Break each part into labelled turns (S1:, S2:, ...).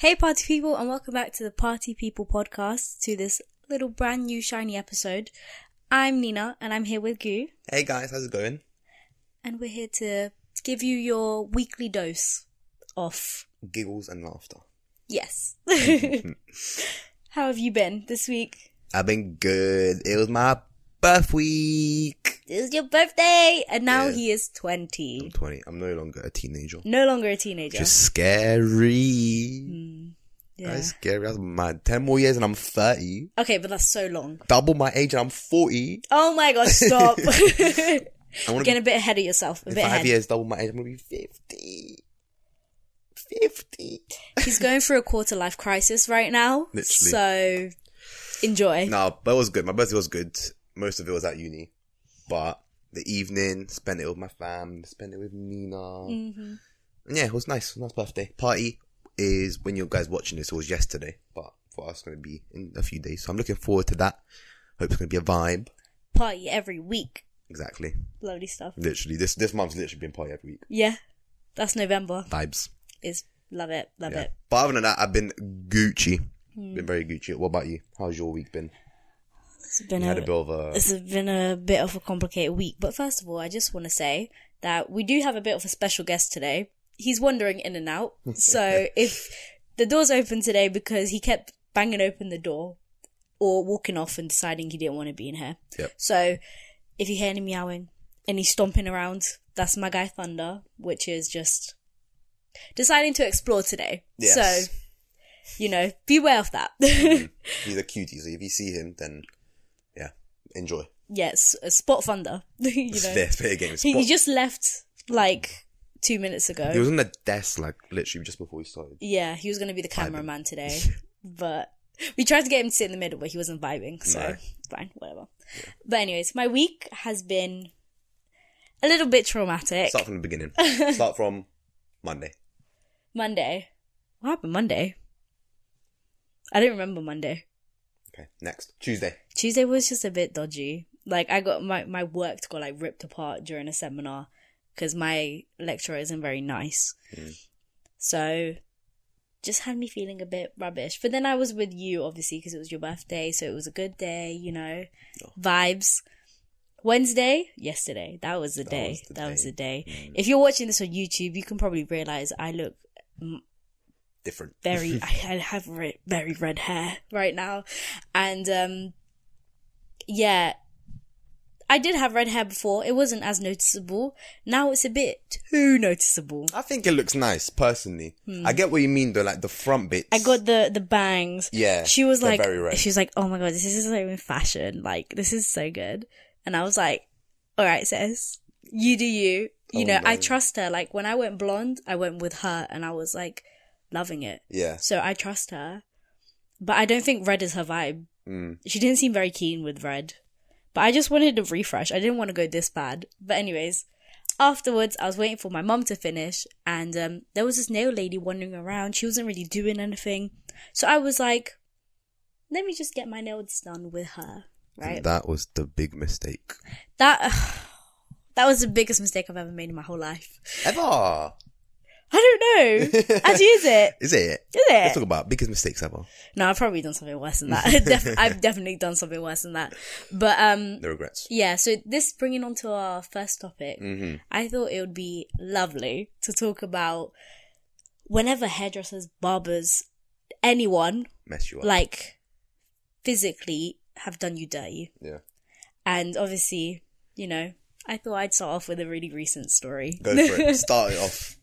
S1: Hey, party people, and welcome back to the Party People podcast to this little brand new shiny episode. I'm Nina, and I'm here with Gu,
S2: Hey guys, how's it going?
S1: and we're here to give you your weekly dose off.
S2: Giggles and laughter.
S1: Yes. How have you been this week?
S2: I've been good. It was my birth week.
S1: It's your birthday, and now
S2: Yeah.
S1: he is
S2: I'm
S1: 20.
S2: 20. I'm no longer a teenager.
S1: No longer a teenager.
S2: Just scary.
S1: yeah.
S2: That's scary. That's mad. 10 more years and I'm 30.
S1: Okay, but that's so long.
S2: Double my age and I'm 40.
S1: Oh my god, stop.
S2: I want to
S1: Getting a bit ahead of yourself. A
S2: be
S1: bit
S2: five
S1: ahead.
S2: years, double my age. I'm going to be 50. 50.
S1: He's going through a quarter life crisis right now.
S2: Literally.
S1: So enjoy.
S2: No, but it was good. My birthday was good. Most of it was at uni. But the evening, spent it with my fam, spent it with Nina.
S1: Mm-hmm.
S2: And yeah, it was nice. Nice birthday. Party is when you guys watching this, it was yesterday. But for us, it's going to be in a few days. So I'm looking forward to that. Hope it's going to be a vibe.
S1: Party every week.
S2: Exactly.
S1: Lovely stuff.
S2: Literally. This this month's literally been party every week.
S1: Yeah. That's November.
S2: Vibes.
S1: Is love it. Love
S2: Yeah.
S1: it. Mm.
S2: But other than that, I've been Gucci. Been very Gucci. What about you? How's your week been?
S1: It's been
S2: You
S1: a,
S2: had a bit of a.
S1: it's been a bit of a complicated week. But first of all, I just want to say that we do have a bit of a special guest today. He's wandering in and out. So if the door's open today because he kept banging open the door or walking off and deciding he didn't want to be in here.
S2: Yep.
S1: So if you hear any meowing, any stomping around, that's my guy Thunder, which is just deciding to explore today.
S2: Yes. Mm-hmm.
S1: So, you know, beware of that.
S2: He's a cutie, so if you see him, then yeah, enjoy.
S1: yes, uh, spot Thunder. you know.
S2: Fair, fair game.
S1: He, he
S2: Spot-
S1: just left like two minutes ago.
S2: He was on the desk like literally just before we started.
S1: yeah, he was going to be the cameraman today, but we tried to get him to sit in the middle, but he wasn't vibing. So
S2: No.
S1: it's fine, whatever. But anyways, my week has been a little bit traumatic.
S2: Start from the beginning. Start from Monday.
S1: Monday, what happened Monday? I don't remember Monday.
S2: Okay, next Tuesday.
S1: Tuesday was just a bit dodgy. Like I got my my work got like ripped apart during a seminar because my lecturer isn't very nice.
S2: Hmm.
S1: So just had me feeling a bit rubbish. But then I was with you obviously because it was your birthday, so it was a good day, you know,
S2: Oh.
S1: vibes. Wednesday, yesterday, that was the day.
S2: was the
S1: that was
S2: day. Hmm.
S1: the day. If you're watching this on YouTube, you can probably realize I look
S2: Different.
S1: very I, I have re- very red hair right now and um yeah I did have red hair before it wasn't as noticeable now it's a bit too noticeable
S2: I think it looks nice personally. I get what you mean though, like the front bits.
S1: Hmm. I got the the bangs
S2: Yeah,
S1: she was
S2: they're
S1: like
S2: very red.
S1: she was like oh my god this is so in fashion like this is so good and I was like all right sis you do you you
S2: Oh,
S1: know I
S2: no.
S1: trust her like when I went blonde I went with her and I was like loving it
S2: yeah.
S1: So I trust her. But I don't think red is her vibe.
S2: Mm.
S1: She didn't seem very keen with red. But I just wanted a refresh. I didn't want to go this bad. But anyways, afterwards I was waiting for my mum to finish and um there was this nail lady wandering around. She wasn't really doing anything. So I was like, let me just get my nails done with her. Right?
S2: And that was the big mistake.
S1: That that was the biggest mistake I've ever made in my whole life.
S2: Ever
S1: I don't know. Actually is it?
S2: is it?
S1: Is it?
S2: Let's talk about biggest mistakes ever.
S1: No, I've probably done something worse than that. Def- I've definitely done something worse than that. But um,
S2: The regrets.
S1: yeah. So this bringing on to our first topic,
S2: Mm-hmm.
S1: I thought it would be lovely to talk about whenever hairdressers, barbers, anyone
S2: Mess you up.
S1: like physically have done you dirty,
S2: yeah.
S1: and obviously, you know, I thought I'd start off with a really recent story.
S2: Go for it. Start it off.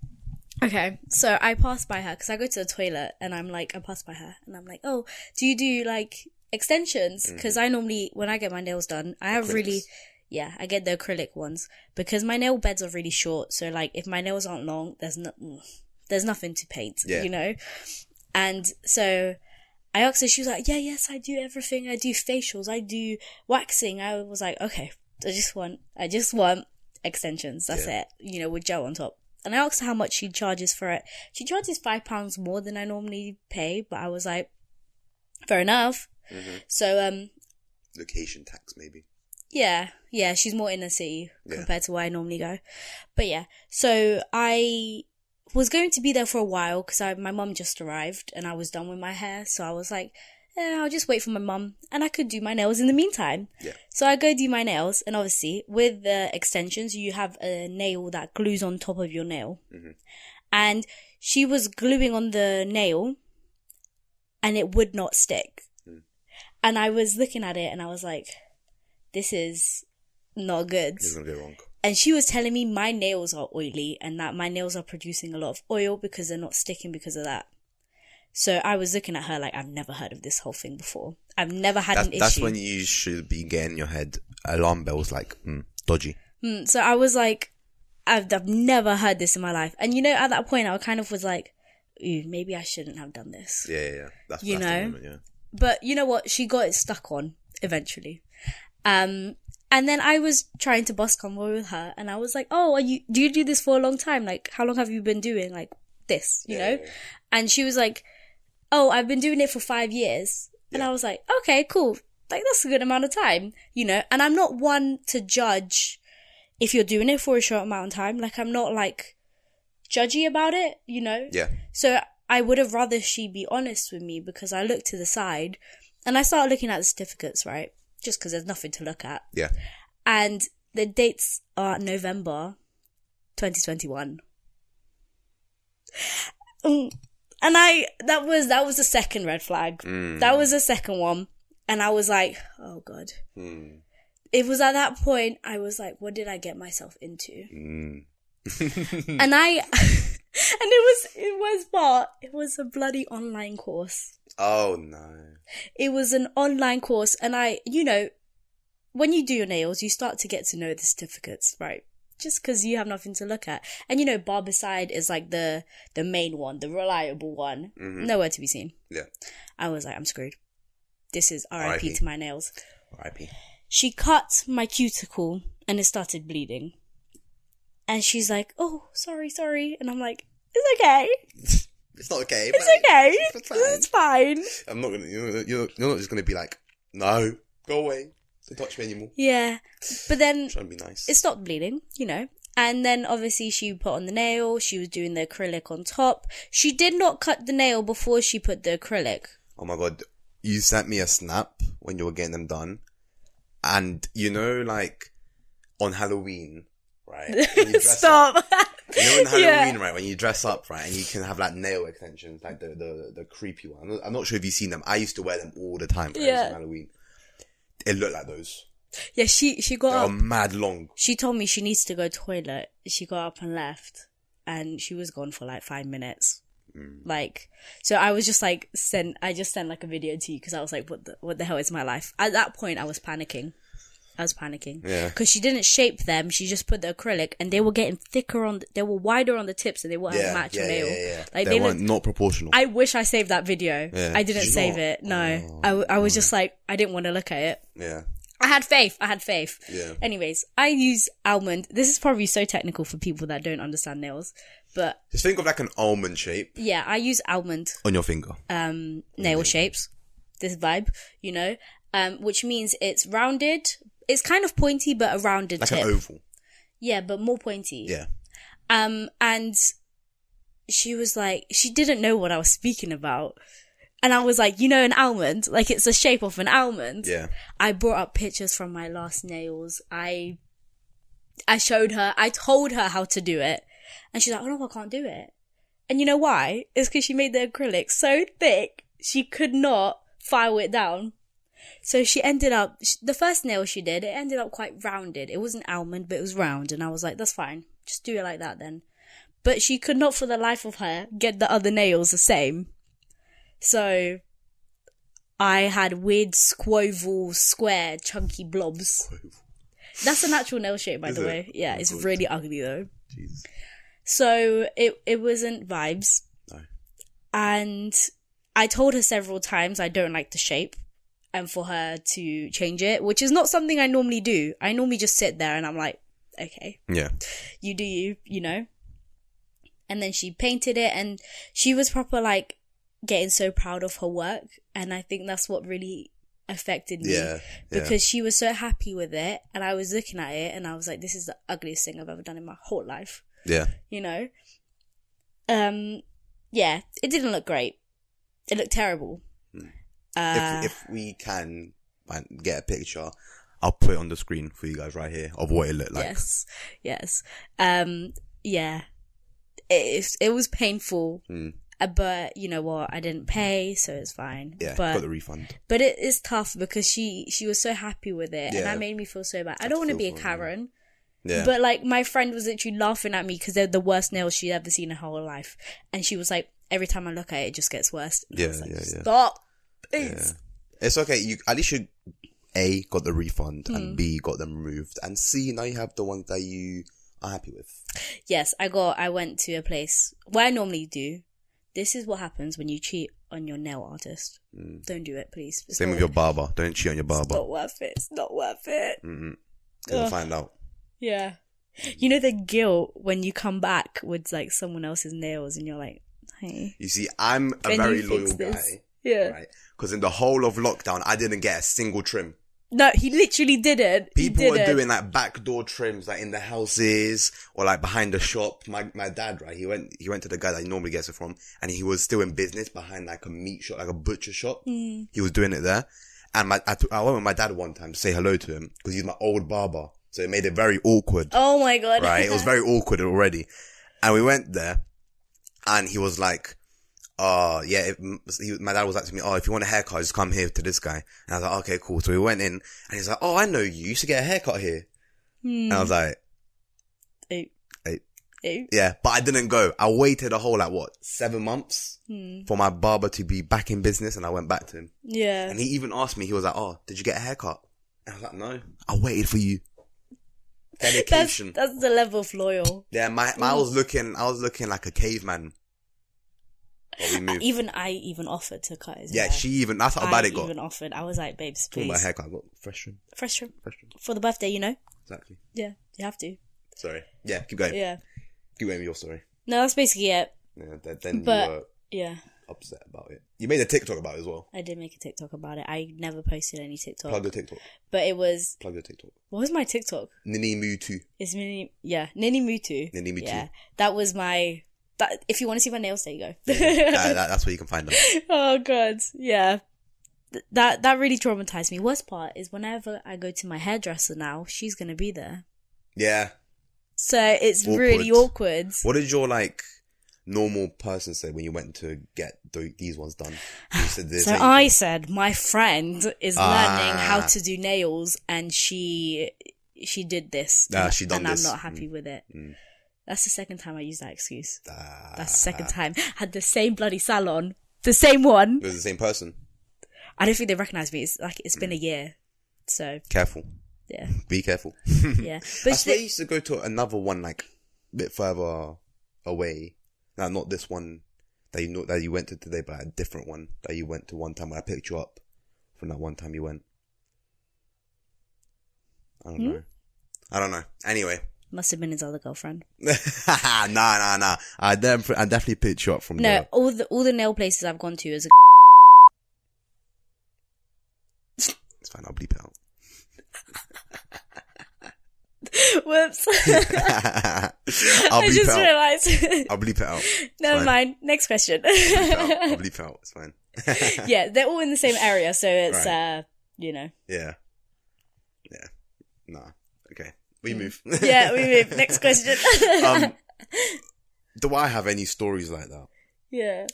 S1: Okay, so I pass by her because I go to the toilet and I'm like, I pass by her and I'm like, oh, do you do like extensions? Because I normally, when I get my nails done, I have really, yeah, I get the acrylic ones because my nail beds are really short. So like, if my nails aren't long, there's no, mm, there's nothing to paint,
S2: Yeah.
S1: you know. And so I asked her, she was like, yeah, yes, I do everything. I do facials, I do waxing. I was like, okay, I just want, I just want extensions. That's
S2: Yeah.
S1: it, you know, with gel on top. And I asked her how much she charges for it. She charges five pounds more than I normally pay, but I was like, fair enough.
S2: Mm-hmm.
S1: So, um,
S2: Location tax maybe.
S1: yeah, yeah, she's more inner city
S2: Yeah.
S1: compared to where I normally go. But yeah, so I was going to be there for a while because my mum just arrived and I was done with my hair. So I was like, eh, I'll just wait for my mum and I could do my nails in the meantime.
S2: Yeah.
S1: So I go do my nails. And obviously, with the extensions, you have a nail that glues on top of your nail. And she was gluing on the nail and it would not stick. And I was looking at it and I was like, this is not good
S2: It's gonna be wrong.
S1: and she was telling me my nails are oily and that my nails are producing a lot of oil because they're not sticking because of that. So I was looking at her like I've never heard of this whole thing before. I've never had
S2: That's,
S1: an
S2: that's
S1: issue.
S2: when you should be getting your head alarm bells like mm, dodgy.
S1: Mm, so I was like, I've, I've never heard this in my life. And you know, at that point, I kind of was like, ooh, maybe I shouldn't have done this.
S2: Yeah, yeah, yeah. That's,
S1: You
S2: that's
S1: know?
S2: the moment, yeah.
S1: But you know what? She got it stuck on eventually. Um, and then I was trying to bust convo with her, and I was like, "Oh, are you? Do you do this for a long time? Like, how long have you been doing like this? You know?" And she was like, "Oh, I've been doing it for five years." And I was like, "Okay, cool. Like, that's a good amount of time, you know." And I'm not one to judge if you're doing it for a short amount of time. Like, I'm not like judgy about it, you know.
S2: Yeah.
S1: So I would have rather she be honest with me because I looked to the side and I started looking at the certificates, right? Just because there's nothing to look at.
S2: Yeah.
S1: And the dates are November 2021. Mm. And I, that was, that was the second red flag. That was the second one. And I was like, oh God.
S2: Mm.
S1: It was at that point I was like, what did I get myself into?
S2: Mm.
S1: and I and it was it was what it was a bloody online course.
S2: Oh no.
S1: It was an online course, and I you know when you do your nails, you start to get to know the certificates, right? Just because you have nothing to look at, and you know barbicide is like the the main one, the reliable one, nowhere to be seen.
S2: Yeah.
S1: I was like, I'm screwed. This is R.I.P.
S2: RIP.
S1: to my nails.
S2: R.I.P.
S1: She cut my cuticle and it started bleeding. And she's like, "Oh, sorry, sorry," and I'm like, "It's okay."
S2: It's not okay.
S1: It's okay.
S2: It's
S1: It's
S2: fine.
S1: fine.
S2: I'm not gonna. You're, you're, you're not just gonna be like, no, go away. Don't touch me anymore.
S1: Yeah. But then
S2: Trying to be nice.
S1: it stopped bleeding, you know. And then obviously she put on the nail, she was doing the acrylic on top. She did not cut the nail before she put the acrylic.
S2: oh my god, you sent me a snap when you were getting them done, and you know, like on Halloween, right? when you dress up-
S1: Stop.
S2: You know, on Halloween,
S1: Yeah.
S2: right? When you dress up, right, and you can have like nail extensions, like the the, the creepy one. I'm not, I'm not sure if you've seen them. I used to wear them all the time for
S1: Yeah.
S2: Halloween. It looked like those.
S1: yeah, she she got
S2: They are
S1: up.
S2: mad long.
S1: She told me she needs to go toilet. She got up and left. And she was gone for like five minutes.
S2: Mm.
S1: Like, so I was just like, sent, I just sent like a video to you because I was like, what the, what the hell is my life? At that point, I was panicking. I was panicking.
S2: Yeah.
S1: Because she didn't shape them. She just put the acrylic and they were getting thicker on, they were wider on the tips and they weren't
S2: Yeah,
S1: match
S2: yeah,
S1: your
S2: yeah,
S1: nail.
S2: yeah, yeah.
S1: Like,
S2: they,
S1: they,
S2: weren't
S1: looked,
S2: not proportional.
S1: I wish I saved that video.
S2: Yeah.
S1: I
S2: Did
S1: didn't
S2: you
S1: save
S2: not? Oh,
S1: it. No. I, w- I was just like, I didn't want to look at it.
S2: yeah,
S1: I had faith. I had faith.
S2: Yeah.
S1: Anyways, I use almond. This is probably so technical for people that don't understand nails, but
S2: just think of like an almond shape
S1: yeah, I use almond
S2: on your finger.
S1: um nail shapes. This vibe, you know, um, which means it's rounded. It's kind of pointy, but a rounded
S2: like
S1: tip.
S2: an oval.
S1: yeah, but more pointy.
S2: Yeah.
S1: Um, and she was like, she didn't know what I was speaking about. And I was like, you know, an almond, like it's the shape of an almond.
S2: Yeah.
S1: I brought up pictures from my last nails. I I showed her, I told her how to do it. And she's like, Oh no, I can't do it. And you know why? It's because she made the acrylic so thick she could not file it down. So she ended up sh- the first nail she did, it ended up quite rounded. It wasn't almond, but it was round, and I was like, That's fine. Just do it like that then. But she could not for the life of her get the other nails the same. So I had weird squoval square chunky blobs. That's an actual nail shape, by
S2: Is
S1: the
S2: it?
S1: way. Yeah,
S2: Oh,
S1: it's
S2: God.
S1: really ugly though.
S2: Jesus.
S1: So it it wasn't vibes.
S2: No.
S1: And I told her several times I don't like the shape and for her to change it, which is not something I normally do. I normally just sit there and I'm like, okay,
S2: Yeah.
S1: you do you, you know. And then she painted it and she was proper like getting so proud of her work and I think that's what really affected me
S2: Yeah. yeah.
S1: because she was so happy with it and I was looking at it and I was like this is the ugliest thing I've ever done in my whole life
S2: yeah.
S1: you know. Um, yeah, it didn't look great. It looked terrible. Uh,
S2: if, if we can find- get a picture, I'll put it on the screen for you guys right here of what it looked like.
S1: yes, yes. Um, yeah, it it was painful,
S2: Mm.
S1: Uh, but you know what? I didn't pay, so it's fine.
S2: Yeah,
S1: but
S2: got the refund.
S1: but it is tough because she she was so happy with it, and
S2: Yeah.
S1: that made me feel so bad. I don't want to
S2: feel
S1: be a
S2: for her,
S1: Karen,
S2: Yeah,
S1: but like my friend was literally laughing at me because they're the worst nails she'd ever seen in her whole life, and she was like, every time I look at it, it just gets worse. And I
S2: Yeah,
S1: was like,
S2: yeah, yeah.
S1: Stop.
S2: yeah. it's okay. You at least you a got the refund
S1: Hmm.
S2: and b got them removed and c now you have the ones that you are happy with.
S1: Yes, I got. I went to a place where I normally do. This is what happens when you cheat on your nail artist. Don't do it, please. It's
S2: Mm. Same
S1: not,
S2: with your barber. Don't cheat on your
S1: it's
S2: barber. Mm.
S1: not worth it. It's not worth it.
S2: You'll
S1: Ugh.
S2: find out.
S1: Yeah. You know the guilt when you come back with like someone else's nails, and you're like, "Hey,
S2: You see, I'm a
S1: Can
S2: very
S1: you
S2: loyal
S1: fix this?
S2: guy.
S1: yeah."
S2: Right. Because in the whole of lockdown, I didn't get a single trim.
S1: No, he literally didn't. he
S2: People were
S1: didn't.
S2: doing like backdoor trims, like in the houses or like behind the shop. My my dad, right? He went he went to the guy that he normally gets it from, and he was still in business behind like a meat shop, like a butcher shop. He was doing it there, and my I, took- I went with my dad one time to say hello to him because he's my old barber, so it made it very awkward.
S1: Oh my god!
S2: right? It was very awkward already. And we went there, and he was like, "Oh, yeah." If, he, my dad was like to me, "Oh, if you want a haircut, just come here to this guy." And I was like, "Okay, cool." So we went in, and he's like, "Oh, I know you. You should get a haircut here."
S1: Hmm.
S2: And I was like,
S1: Ew.
S2: Hey.
S1: Ew.
S2: "Yeah," but I didn't go. I waited a whole like what seven months
S1: Hmm.
S2: for my barber to be back in business, and I went back to him.
S1: Yeah.
S2: And he even asked me. He was like, "Oh, did you get a haircut?" And I was like, "No, I waited for you."
S1: That's,
S2: Dedication.
S1: that's the level of loyal.
S2: Yeah, my, my I was looking, I was looking like a caveman. But we moved.
S1: Even I even offered to cut his
S2: yeah,
S1: hair.
S2: she even. That's how
S1: I
S2: bad it got.
S1: even offered. I was like, "Babes,
S2: Talking about
S1: please."
S2: haircut, I got fresh trim,
S1: Fresh trim.
S2: fresh trim.
S1: for the birthday, you know?
S2: Exactly.
S1: Yeah, you have to.
S2: Sorry. Yeah, keep going.
S1: Yeah.
S2: Keep going with your story.
S1: No, that's basically it.
S2: Yeah, th- then
S1: But-
S2: you were
S1: Yeah,
S2: upset about it. You made a TikTok about it as well.
S1: I did make a TikTok about it. I never posted any TikTok,
S2: Plug your TikTok.
S1: but it was
S2: Plug your TikTok.
S1: what was my TikTok?
S2: Nini Moo too.
S1: It's Nini, yeah, Nini Mutu.
S2: Nini Mutu.
S1: Yeah, that was my. That if you want to see my nails, there you go.
S2: that, that, that's where you can find them.
S1: oh god, yeah. Th- That that really traumatized me. Worst part is whenever I go to my hairdresser now, she's gonna be there,
S2: Yeah.
S1: so it's really awkward.
S2: What did your like normal person say when you went to get th- these ones done? You said this.
S1: So
S2: ain't-
S1: I said my friend is learning
S2: Ah.
S1: how to do nails, and she she did this.
S2: Ah,
S1: and-
S2: she done
S1: and
S2: this. Mm.
S1: I'm not happy with it. That's the second time I used that excuse.
S2: Ah.
S1: That's the second time. Had the same bloody salon, the same one.
S2: it was the same person.
S1: I don't think they recognize me. It's like it's been
S2: Mm.
S1: a year, so
S2: Careful.
S1: yeah,
S2: Be careful.
S1: yeah. But
S2: I
S1: she-
S2: swear you used to go to another one like a bit further away. No, not this one that you know that you went to today, but a different one that you went to one time when I picked you up from that one time you went. I
S1: Hmm?
S2: don't know. I don't know. Anyway,
S1: must have been his other girlfriend.
S2: nah, nah, nah. I, def- I definitely picked you up from
S1: No,
S2: there.
S1: all the all the nail places I've gone to is a
S2: It's fine. I'll bleep it
S1: whoops.
S2: out. I'll
S1: I
S2: bleep it
S1: just
S2: out.
S1: realized.
S2: I'll bleep it out.
S1: Never
S2: fine.
S1: mind. Next question.
S2: Bleep it out. I'll bleep it out. It's fine.
S1: yeah, they're all in the same area, so it's
S2: Right.
S1: uh, you know.
S2: Yeah. Yeah. Nah. Okay. We move.
S1: Mm. Yeah, we move. Next question.
S2: um, do I have any stories like that?
S1: yeah.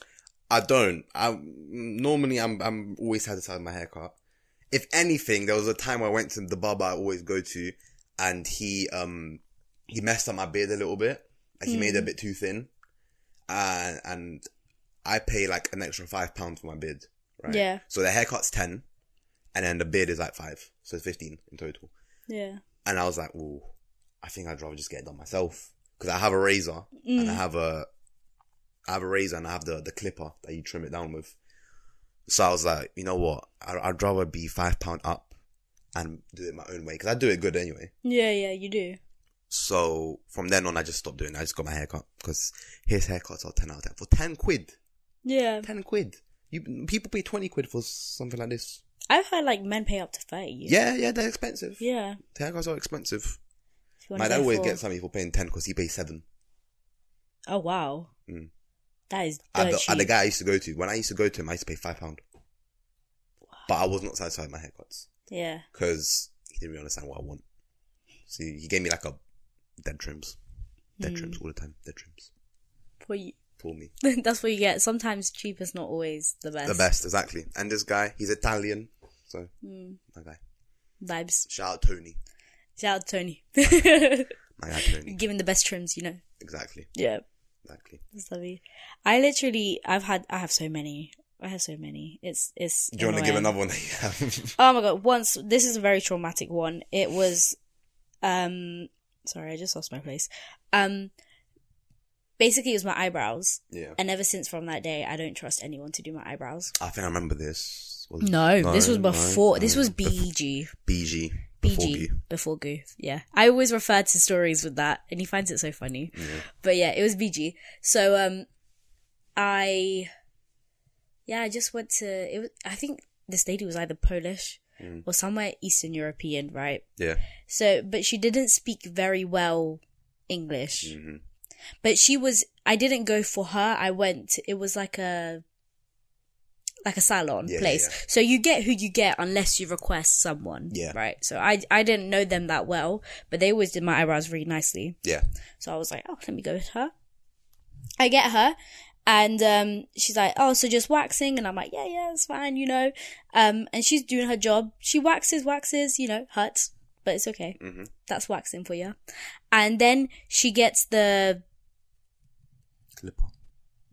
S2: I don't. I normally I'm I'm always satisfied with my haircut. If anything, there was a time I went to the barber I always go to, and he um he messed up my beard a little bit. Like he made it a bit too thin, uh, and I pay like an extra five pounds for my beard. Right.
S1: Yeah.
S2: So the haircut's ten, and then the beard is like five, so it's fifteen in total.
S1: Yeah.
S2: And I was like, "Ooh, I think I'd rather just get it done myself because I have a razor and
S1: Mm.
S2: I have a, I have a razor and I have the the clipper that you trim it down with." So I was like, "You know what? I'd, I'd rather be five pound up and do it my own way because I do it good anyway."
S1: Yeah, yeah, you do.
S2: So from then on, I just stopped doing. It. I just got my haircut because his haircuts are ten out of ten for ten quid.
S1: Yeah.
S2: Ten quid. You people pay twenty quid for something like this.
S1: I've heard like men pay up to 30.
S2: Yeah, yeah, they're expensive.
S1: Yeah.
S2: The haircuts are expensive.
S1: If you wanna
S2: My dad
S1: go
S2: always
S1: for-
S2: gets something for paying ten because he pays seven.
S1: Oh, wow.
S2: Mm.
S1: That is
S2: At
S1: dirt
S2: the,
S1: cheap.
S2: at the guy I used to go to, when I used to go to him, I used to pay five pound. But I was not satisfied with my haircuts
S1: yeah.
S2: because he didn't really understand what I want. So he gave me like a dead trims, dead trims
S1: Hmm.
S2: all the time, dead trims
S1: For you.
S2: for me.
S1: That's what you get. Sometimes cheap is not always the best.
S2: The best, exactly. And this guy, he's Italian, so my guy.
S1: Mm. Vibes.
S2: Shout out Tony,
S1: Shout out Tony.
S2: my guy Tony.
S1: Giving the best trims, you know.
S2: Exactly,
S1: Yeah.
S2: exactly.
S1: That's lovely. I literally, I've had, I have so many. I have so many. It's, it's.
S2: Do you want to give
S1: annoying.
S2: another one that you have?
S1: Oh my god! Once this is a very traumatic one. It was, um, sorry, I just lost my place. Um, basically, it was my eyebrows,
S2: yeah.
S1: and ever since from that day, I don't trust anyone to do my eyebrows.
S2: I think I remember this. Was it-
S1: No, this was
S2: no,
S1: before. this
S2: no.
S1: was E
S2: Bef-
S1: BG.
S2: BG. Before
S1: BG
S2: you.
S1: before Goof. Yeah, I always refer to stories with that, and he finds it so funny. But yeah, it was BG. So um, I yeah, I just went to it. Was, I think this lady was either Polish or somewhere Eastern European, right?
S2: Yeah.
S1: So, but she didn't speak very well English.
S2: Mhm.
S1: But she was. I didn't go for her. I went. It was like a like a salon
S2: Yeah, yeah,
S1: place.
S2: yeah.
S1: So you get who you get unless you request someone.
S2: Yeah.
S1: Right. So I I didn't know them that well, but they always did my eyebrows really nicely.
S2: Yeah.
S1: So I was like, oh, let me go with her. I get her, and um, she's like, oh, so just waxing, and I'm like, yeah, yeah, it's fine, you know. Um, and she's doing her job. She waxes, waxes, you know, hurts, but it's okay.
S2: Mhm.
S1: That's waxing for you. And then she gets the
S2: Clipper.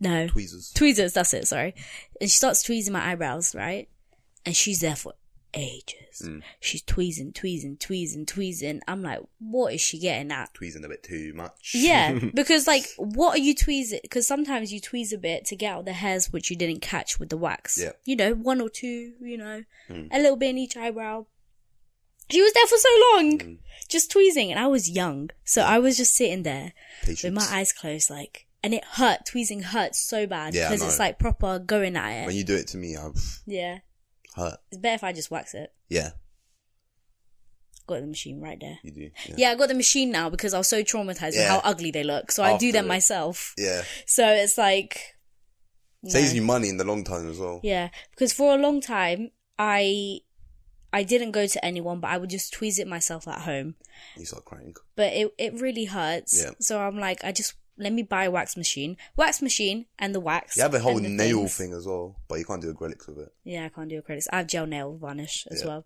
S1: no
S2: Tweezers.
S1: tweezers. That's it. Sorry. And she starts tweezing my eyebrows, right? And she's there for ages. She's tweezing, tweezing, tweezing, tweezing. I'm like, what is she getting at?
S2: Tweezing a bit too much.
S1: Yeah, because like, what are you tweezing? Because sometimes you tweeze a bit to get out the hairs which you didn't catch with the wax.
S2: Yeah. Hmm.
S1: You know, one or two. You know, a little bit in each eyebrow. She was there for so long,
S2: Hmm.
S1: just tweezing, and I was young, so I was just sitting there with
S2: Patience.
S1: my eyes closed, like, and it hurt. Tweezing hurt so bad
S2: Yeah, I
S1: because it's
S2: know.
S1: like proper going at it.
S2: When you do it to me, I'm
S1: yeah,
S2: hurt.
S1: it's better if I just wax it.
S2: Yeah,
S1: Got the machine right there.
S2: you do. Yeah.
S1: Yeah, I got the machine now because I was so traumatized with
S2: Yeah.
S1: how ugly they look, so I do
S2: After
S1: them
S2: it.
S1: myself.
S2: Yeah.
S1: So it's like
S2: Saves
S1: no.
S2: you money in the long time as well.
S1: Yeah, because for a long time I I didn't go to anyone, but I would just tweeze it myself at home.
S2: You start crying.
S1: But it it really hurts.
S2: Yeah.
S1: So I'm like, I just let me buy a wax machine, wax machine, and the wax.
S2: You have a whole
S1: and the
S2: nail
S1: things.
S2: thing as well, but you can't do acrylics with it.
S1: Yeah, I can't do acrylics. I have gel nail varnish as
S2: Yeah.
S1: well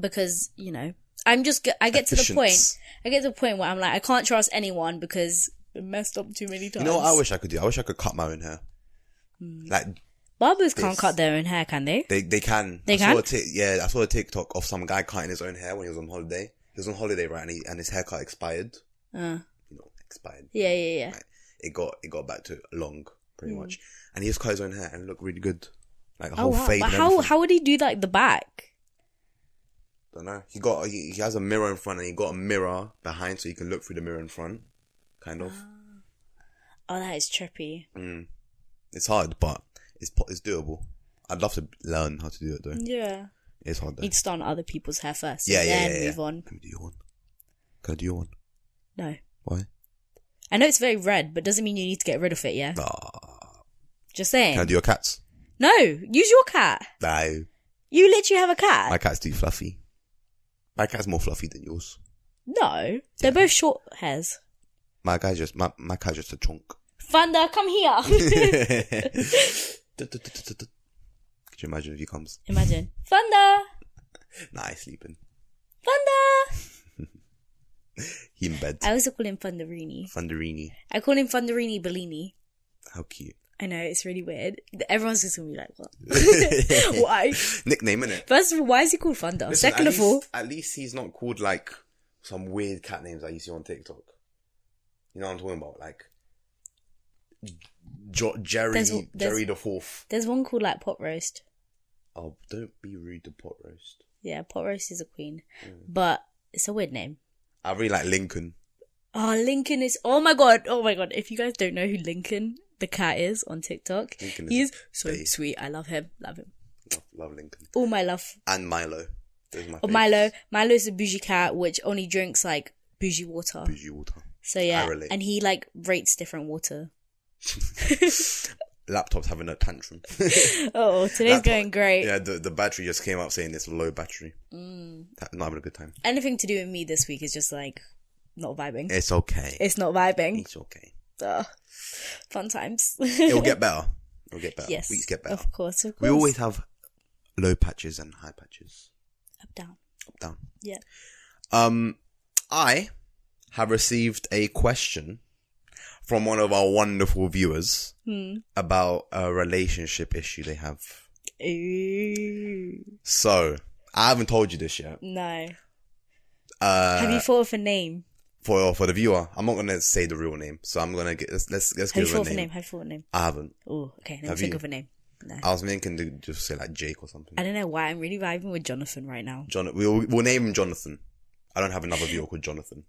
S1: because you know I'm just g- I get to the point
S2: Efficiency.
S1: I get to the point where I'm like I can't trust anyone because I messed up too many
S2: You
S1: times.
S2: know what I wish I could do? I wish I could cut my own hair.
S1: Hmm.
S2: Like
S1: barbers can't
S2: This.
S1: cut their own hair, can they?
S2: they they can.
S1: They
S2: I
S1: can?
S2: Saw a ti- yeah, I saw a TikTok of some guy cutting his own hair when he was on holiday. He was on holiday, right? And, he, and his haircut expired.
S1: Uh,
S2: You know, expired.
S1: yeah, yeah, yeah.
S2: Right. It got it got back to long, pretty much. And he just cut his own hair and it looked really good. Like a
S1: Hmm. Oh
S2: whole
S1: wow!
S2: fade.
S1: But
S2: and
S1: how
S2: everything.
S1: how would he do like the back?
S2: don't know. He got he, he has a mirror in front and he got a mirror behind so you can look through the mirror in front. Kind of.
S1: Oh, that is trippy.
S2: Mm. It's hard, but it's po- it's doable. I'd love to learn how to do it though.
S1: Yeah.
S2: Mm. It's hard though.
S1: You'd start on other people's hair first.
S2: yeah,
S1: Yeah,
S2: yeah,
S1: Then
S2: yeah, yeah.
S1: move on.
S2: Let me do your one. Can I do your one?
S1: No.
S2: Why?
S1: I know it's very red, but doesn't mean you need to get rid of it, yeah?
S2: Ah.
S1: Just saying.
S2: Can I do your cats?
S1: no, use your cat.
S2: No.
S1: You literally have a cat.
S2: My cat's too fluffy. My cat's more fluffy than yours.
S1: no. They're both short hairs.
S2: My guy's just my, my cat's just a chunk.
S1: Thunder, come here.
S2: Could you imagine if he comes?
S1: Imagine. Thunder!
S2: Nah, he's sleeping.
S1: Thunder!
S2: He in bed.
S1: I also call him Thunderini.
S2: Thunderini.
S1: I call him Thunderini Bellini.
S2: How cute.
S1: I know, it's really weird. Everyone's just gonna be like, what? Why?
S2: Nickname, innit?
S1: First of all, why is he called Thunder?
S2: Listen,
S1: Second
S2: at
S1: of all,
S2: least- at least he's not called like some weird cat names that you see on TikTok. You know what I'm talking about, like jo- Jerry,
S1: There's w- there's-
S2: Jerry the Fourth.
S1: there's one called like Pot Roast.
S2: Oh, don't be rude to pot roast.
S1: Yeah, pot roast is a queen,
S2: Mm.
S1: but it's a weird name.
S2: I really like Lincoln.
S1: Oh, Lincoln is. Oh my god. Oh my god. If you guys don't know who Lincoln the cat is on TikTok,
S2: Lincoln is
S1: he is so
S2: bae.
S1: sweet. I love him. Love him.
S2: Love, love Lincoln
S1: All my love.
S2: and Milo. Those are my
S1: Oh,
S2: faves.
S1: Milo. Milo is a bougie cat which only drinks like bougie water.
S2: Bougie water.
S1: So yeah,
S2: I relate.
S1: and he like rates different water.
S2: Laptop's having a tantrum.
S1: Oh, today's
S2: Laptop-
S1: going great.
S2: yeah, the, the battery just came up saying it's low battery.
S1: Mm.
S2: That- Not having a good time.
S1: Anything to do with me this week is just like not vibing.
S2: It's okay.
S1: It's not vibing.
S2: It's okay.
S1: Ugh. Fun times.
S2: It'll get better. It'll get better.
S1: yes.
S2: Weeks get better.
S1: Of course, of course.
S2: We always have low patches and high patches.
S1: up down.
S2: Up, down.
S1: Yeah.
S2: Um, I have received a question from one of our wonderful viewers
S1: Hmm.
S2: about a relationship issue they have.
S1: Ooh.
S2: So, I haven't told you this yet.
S1: No.
S2: Uh,
S1: Have you thought of a name?
S2: for for the viewer, I'm not gonna say the real name, so I'm gonna get let's let's, let's
S1: Have you
S2: give her
S1: thought of
S2: a
S1: a
S2: name.
S1: name? Have you thought of a name?
S2: I haven't.
S1: Oh, okay. Let me
S2: Have
S1: think
S2: you?
S1: of a name. No.
S2: I was thinking to just say like Jake or something.
S1: I don't know why I'm really vibing with Jonathan right now.
S2: John, we'll we'll name him Jonathan. I don't have another viewer called Jonathan.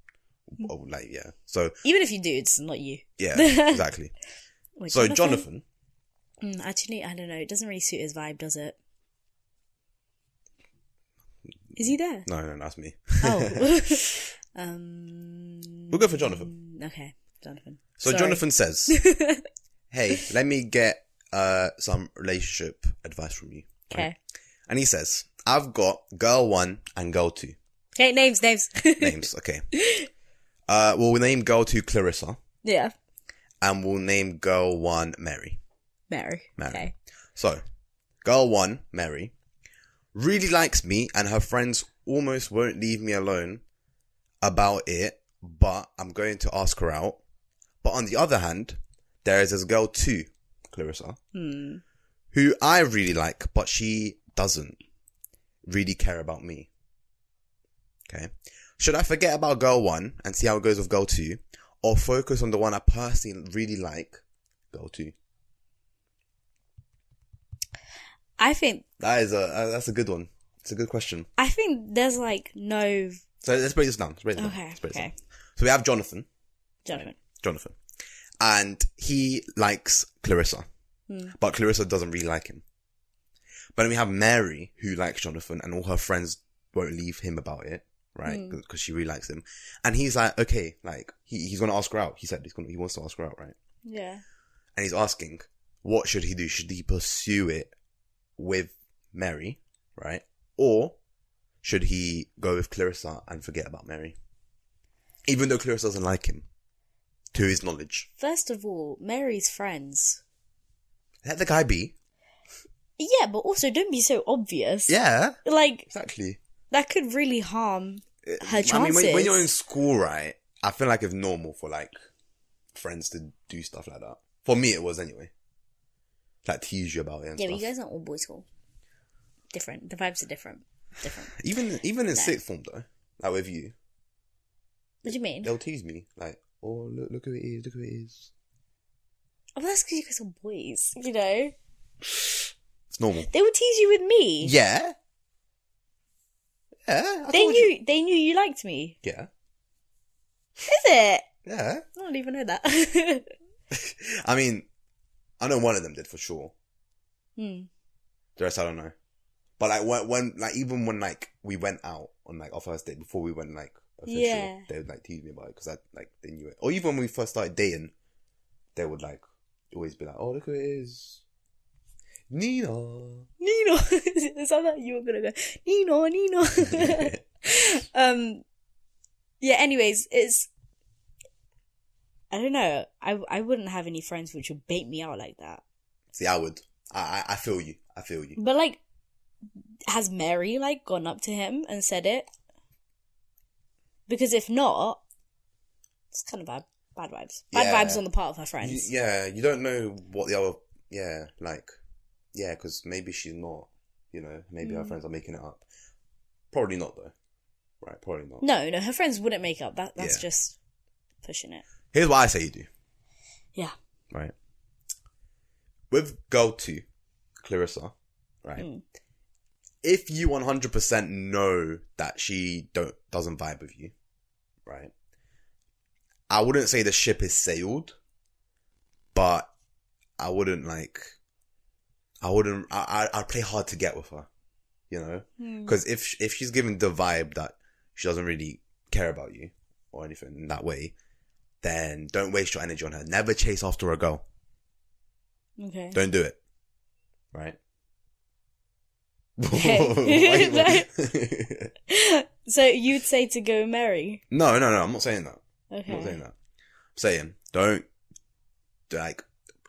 S1: Hmm.
S2: Oh, like yeah. So
S1: Even if you do, it's not you.
S2: yeah, exactly.
S1: Wait,
S2: so Jonathan,
S1: Mm, actually, I don't know. It doesn't really suit his vibe, does it? Is he there?
S2: no, no, that's me.
S1: Oh. um.
S2: We'll go for Jonathan.
S1: Okay, Jonathan.
S2: So
S1: Sorry.
S2: Jonathan says, "Hey, let me get uh some relationship advice from you."
S1: Okay.
S2: And he says, "I've got girl one and girl two
S1: Okay, names, names.
S2: names. Okay. Uh, we'll name girl two Clarissa,
S1: yeah.
S2: and we'll name girl one Mary."
S1: Mary.
S2: Mary.
S1: Okay.
S2: So, girl one, Mary, really likes me and her friends almost won't leave me alone about it, but I'm going to ask her out. But on the other hand, there is this girl two, Clarissa,
S1: Hmm.
S2: who I really like, but she doesn't really care about me. Okay. Should I forget about girl one and see how it goes with girl two, or focus on the one I personally really like, girl two?
S1: I think
S2: That is a uh, that's a good one. It's a good question.
S1: I think there's like no
S2: So let's break this down. Let's break this down.
S1: Okay,
S2: Let's break this
S1: okay.
S2: down. So we have Jonathan,
S1: Jonathan.
S2: Jonathan, and he likes Clarissa,
S1: Hmm.
S2: but Clarissa doesn't really like him. But then we have Mary, who likes Jonathan, and all her friends won't leave him about it,
S1: Hmm.
S2: right? Because she really likes him, and he's like, okay, like he, he's gonna ask her out. He said he's gonna he wants to ask her out, right?
S1: Yeah.
S2: and he's asking, what should he do? Should he pursue it with Mary, right? Or should he go with Clarissa and forget about Mary? Even though Clarissa doesn't like him, to his knowledge.
S1: First of all, Mary's friends.
S2: Let the guy be.
S1: Yeah, but also don't be so obvious.
S2: Yeah,
S1: Like
S2: exactly. Uh,
S1: that could really harm her chances.
S2: I mean, when, when you're in school, right? I feel like it's normal for like friends to do stuff like that. For me, it was anyway. Like tease you about it. And
S1: yeah,
S2: stuff.
S1: but you guys aren't all boys school. Different. The vibes are different. Different.
S2: even even in sixth form though, like with you,
S1: What do you mean?
S2: they'll tease me like, "Oh, look, look who it is! Look who it is!"
S1: Oh, well, that's because you guys are boys. You know,
S2: It's normal.
S1: they would tease you with me.
S2: Yeah, yeah. I
S1: they
S2: told
S1: knew. They knew you liked me.
S2: Yeah,
S1: Is it?
S2: yeah.
S1: I don't even know that.
S2: I mean, I know one of them did for sure.
S1: hmm.
S2: The rest, I don't know. But like when, when like even when like we went out on like our first date before we went like official,
S1: Yeah.
S2: they would like tease me about it because I like they knew it. Or even when we first started dating, they would like always be like, "Oh, look who it is." Nina.
S1: Nino, is that what you were gonna go? Nino, Nino. um, yeah. Anyways, it's. I don't know. I I wouldn't have any friends which would bait me out like that.
S2: See, I would. I, I, I feel you. I feel you.
S1: But like, has Mary like gone up to him and said it? Because if not, it's kind of bad, bad vibes. Bad
S2: Yeah.
S1: vibes on the part of her
S2: You-
S1: friends.
S2: Yeah, you don't know what the other. Yeah, like, yeah, because maybe she's not. You know, maybe her friends are making it up. Probably not though. Right, probably not.
S1: No, no, her friends wouldn't make up. That that's
S2: Yeah.
S1: just pushing it.
S2: Here's what I say you do.
S1: Yeah.
S2: Right. With girl two, Clarissa. Right.
S1: Mm.
S2: If you 100% know that she don't doesn't vibe with you, right? I wouldn't say the ship is sailed, but I wouldn't like. I wouldn't. I I I'd play hard to get with her, you know. Because if sh- if she's given the vibe that she doesn't really care about you or anything in that way, then don't waste your energy on her. Never chase after a girl.
S1: Okay.
S2: Don't do it. Right?
S1: Okay.
S2: Wait, wait.
S1: So you'd say to go marry?
S2: no, no, no. I'm not saying that.
S1: Okay.
S2: I'm not saying that. I'm saying don't like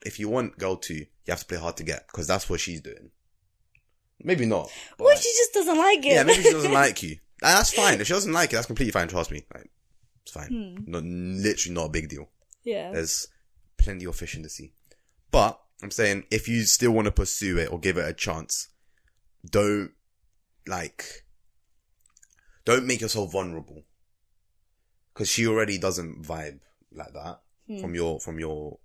S2: if you want girl two, you have to play hard to get because that's what she's doing. Maybe not. but,
S1: What
S2: like,
S1: if she just doesn't like it?
S2: yeah, maybe she doesn't like you. And That's fine. If she doesn't like you, that's completely fine. Trust me, like, it's fine.
S1: Hmm.
S2: Not literally not a big deal.
S1: Yeah.
S2: There's plenty of fish in the sea. But I'm saying if you still want to pursue it or give it a chance, don't like don't make yourself vulnerable. Cause she already doesn't vibe like that
S1: Hmm.
S2: from your from your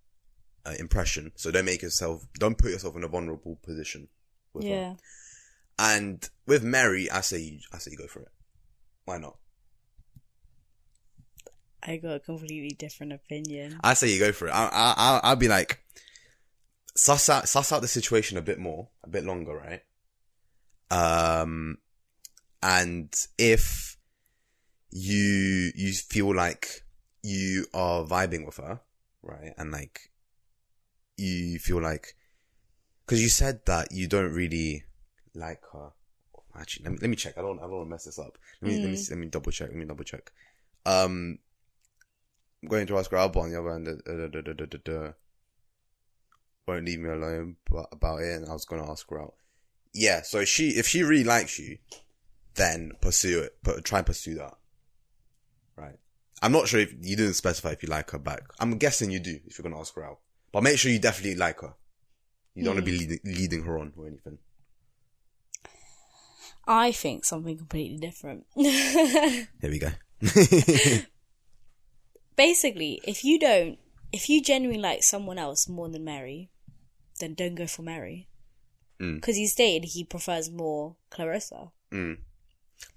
S2: uh, impression. So don't make yourself don't put yourself in a vulnerable position. With her.
S1: Yeah.
S2: And with Mary, I say you, I say you go for it. Why not?
S1: I got a completely different opinion.
S2: I say you go for it. I, I, I, I'll be like, suss out, suss out the situation a bit more, a bit longer, right? Um, and if you you feel like you are vibing with her, right, and like you feel like, because you said that you don't really like her. Actually, let me, let me check. I don't I don't want to mess this up. Let me let me let me double check. Let me double check. Um, going to ask her out, but on the other hand, uh, uh, duh, duh, duh, duh, duh, won't leave me alone but about it, and I was going to ask her out. Yeah, so she, if she really likes you, then pursue it, but try and pursue that. Right. I'm not sure if you didn't specify if you like her back. I'm guessing you do if you're going to ask her out, but make sure you definitely like her. You don't want to be leading, leading her on or anything.
S1: I think something completely different.
S2: Here we go.
S1: Basically, if you don't, if you genuinely like someone else more than Mary, then don't go for Mary.
S2: Mm.
S1: Because he stated he prefers more Clarissa.
S2: Mm.